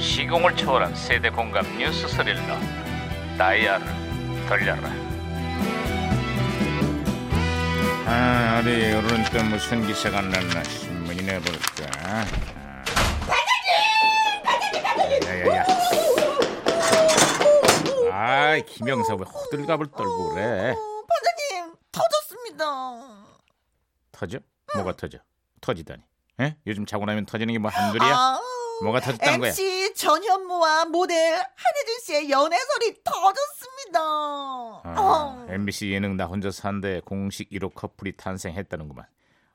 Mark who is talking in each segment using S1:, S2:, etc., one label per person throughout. S1: 시공을 초월한 세대 공감 뉴스 스릴러 다이아를 돌려라 아 어디 오늘은 또 무슨 기사가 났나 신문이나 볼까 아. 반장님! 반장님! 야야야 아 김영사 왜 호들갑을 떨고 그래
S2: 어, 반장님 터졌습니다.
S1: 터져? 뭐가 터져? 터지다니 에? 요즘 자고 나면 터지는 게 뭐 한둘이야?
S2: 아우,
S1: 뭐가 터졌다는 거야?
S2: MC 전현무와 모델 한혜준 씨의 연애설이 터졌습니다.
S1: 아,
S2: 어.
S1: MBC 예능 나 혼자 산대 공식 1호 커플이 탄생했다는구만.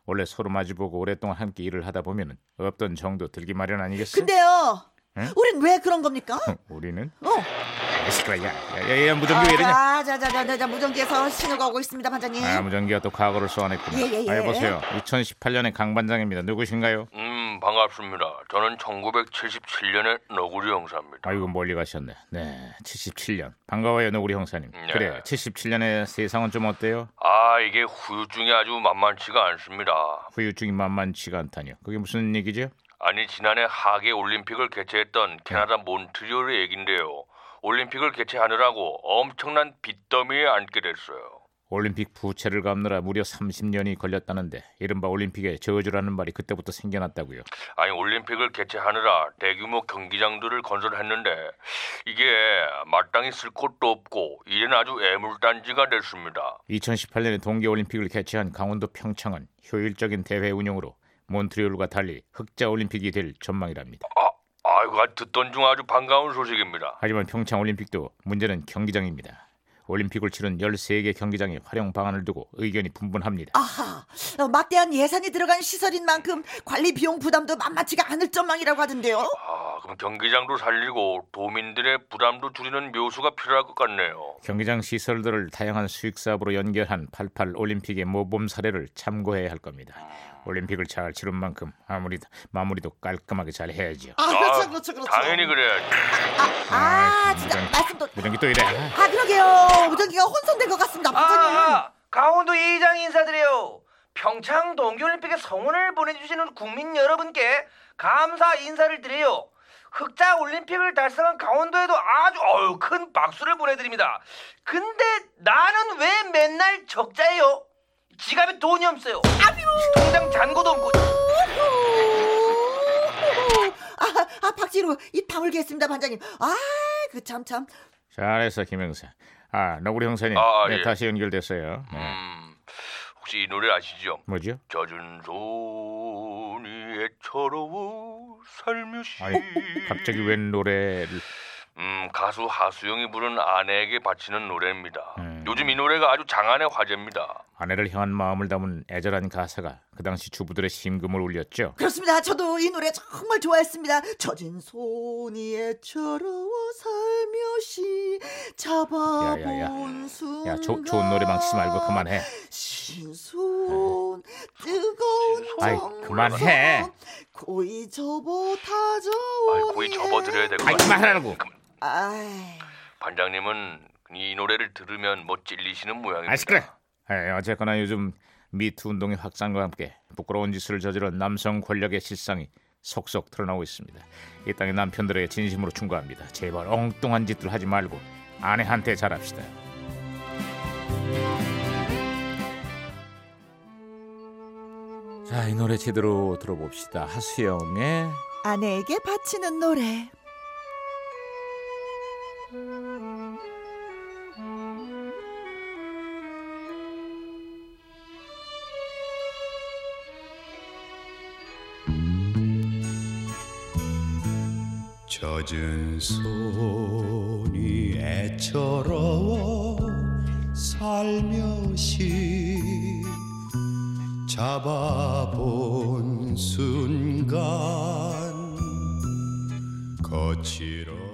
S1: 원래 서로 마주보고 오랫동안 함께 일을 하다 보면 없던 정도 들기 마련 아니겠어?
S2: 근데요,
S1: 응?
S2: 우린 왜 그런 겁니까?
S1: 우리는
S2: 어.
S1: 에스크라야, 야야야 무전기 왜 이러냐?
S2: 아, 자, 자, 자, 자, 자, 무전기에서 신호가 오고 있습니다, 반장님.
S1: 아 무전기가 또 과거를 소환했구나.
S2: 예, 예, 예.
S1: 아 여보세요. 2018년의 강 반장입니다. 누구신가요?
S3: 음 반갑습니다. 저는 1977년의 너구리 형사입니다.
S1: 아이고 멀리 가셨네. 네, 77년. 반가워요, 노구리 형사님.
S3: 네.
S1: 그래요. 77년의 세상은 좀 어때요?
S3: 아 이게 후유증이 아주 만만치가 않습니다.
S1: 후유증이 만만치가 않다니요. 그게 무슨 얘기죠?
S3: 아니 지난해 하계 올림픽을 개최했던 캐나다 몬트리올의 얘긴데요. 올림픽을 개최하느라고 엄청난 빚더미에 앉게 됐어요.
S1: 올림픽 부채를 갚느라 무려 30년이 걸렸다는데 이른바 올림픽의 저주라는 말이 그때부터 생겨났다고요.
S3: 아니 올림픽을 개최하느라 대규모 경기장들을 건설했는데 이게 마땅히 쓸 곳도 없고 이젠 아주 애물단지가 됐습니다.
S1: 2018년에 동계 올림픽을 개최한 강원도 평창은 효율적인 대회 운영으로 몬트리올과 달리 흑자 올림픽이 될 전망이랍니다.
S3: 아, 아이고 듣던 중 아주 반가운 소식입니다.
S1: 하지만 평창 올림픽도 문제는 경기장입니다. 올림픽을 치른 13개 경기장의 활용 방안을 두고 의견이 분분합니다.
S2: 아하, 어, 막대한 예산이 들어간 시설인 만큼 관리 비용 부담도 만만치가 않을 전망이라고 하던데요.
S3: 아, 그럼 경기장도 살리고 도민들의 부담도 줄이는 묘수가 필요할 것 같네요.
S1: 경기장 시설들을 다양한 수익 사업으로 연결한 88 올림픽의 모범 사례를 참고해야 할 겁니다. 올림픽을 잘 치른 만큼 아무리 마무리도 깔끔하게 잘 해야죠.
S2: 아, 그렇죠, 그렇죠, 그렇죠.
S3: 당연히 그래야지.
S2: 아, 아, 진짜
S1: 무전기-
S2: 말씀 도
S1: 무전기 또 이래.
S2: 아, 그러게요. 무전기가 혼선된 것 같습니다, 반장님.
S4: 아, 강원도 이장 인사드려요. 평창 동계올림픽의 성원을 보내주시는 국민 여러분께 감사 인사를 드려요. 흑자 올림픽을 달성한 강원도에도 아주 어우, 큰 박수를 보내드립니다. 근데 나는 왜 맨날 적자예요? 지갑에 돈이 없어요. 통장 잔고도 없고.
S2: 아, 아 박지로 입 다물게 했습니다 반장님. 아 그 참 참.
S1: 잘했어 김영사. 아 너구리 형사님.
S3: 아,
S1: 네,
S3: 예.
S1: 다시 연결됐어요. 네.
S3: 음, 혹시 이 노래 아시죠?
S1: 뭐죠?
S3: 젖은 손이 애처로워 살며시
S1: 아이, 갑자기 웬 노래를?
S3: 음, 가수 하수영이 부른 아내에게 바치는 노래입니다.
S1: 음.
S3: 요즘 이 노래가 아주 장안의 화제입니다.
S1: 아내를 향한 마음을 담은 애절한 가사가 그 당시 주부들의 심금을 울렸죠.
S2: 그렇습니다. 저도 이 노래 정말 좋아했습니다. 젖은 손이 애처로워 살며시
S1: 야, 야, 야.
S2: 잡아본 순간.
S1: 야, 조, 좋은 노래 망치지 말고 그만해.
S2: 신손 뜨거운
S1: 음. 아이,
S2: 정성,
S1: 그만해.
S2: 고이 접어
S3: 아,
S2: 다져오니.
S3: 고이 접어드려야 될 것
S1: 아이
S3: 같아요.
S1: 그만하라고.
S2: 아이.
S3: 반장님은 이 노래를 들으면 뭐 찔리시는 모양입니다.
S1: 아 시끄러. 예, 어쨌거나 요즘 미투 운동의 확산과 함께 부끄러운 짓을 저지른 남성 권력의 실상이 속속 드러나고 있습니다. 이 땅의 남편들에게 진심으로 충고합니다. 제발 엉뚱한 짓들 하지 말고 아내한테 잘합시다. 자, 이 노래 제대로 들어봅시다. 하수영의
S2: 아내에게 바치는 노래.
S5: 젖은 손이 애처로워 살며시 잡아본 순간 거칠어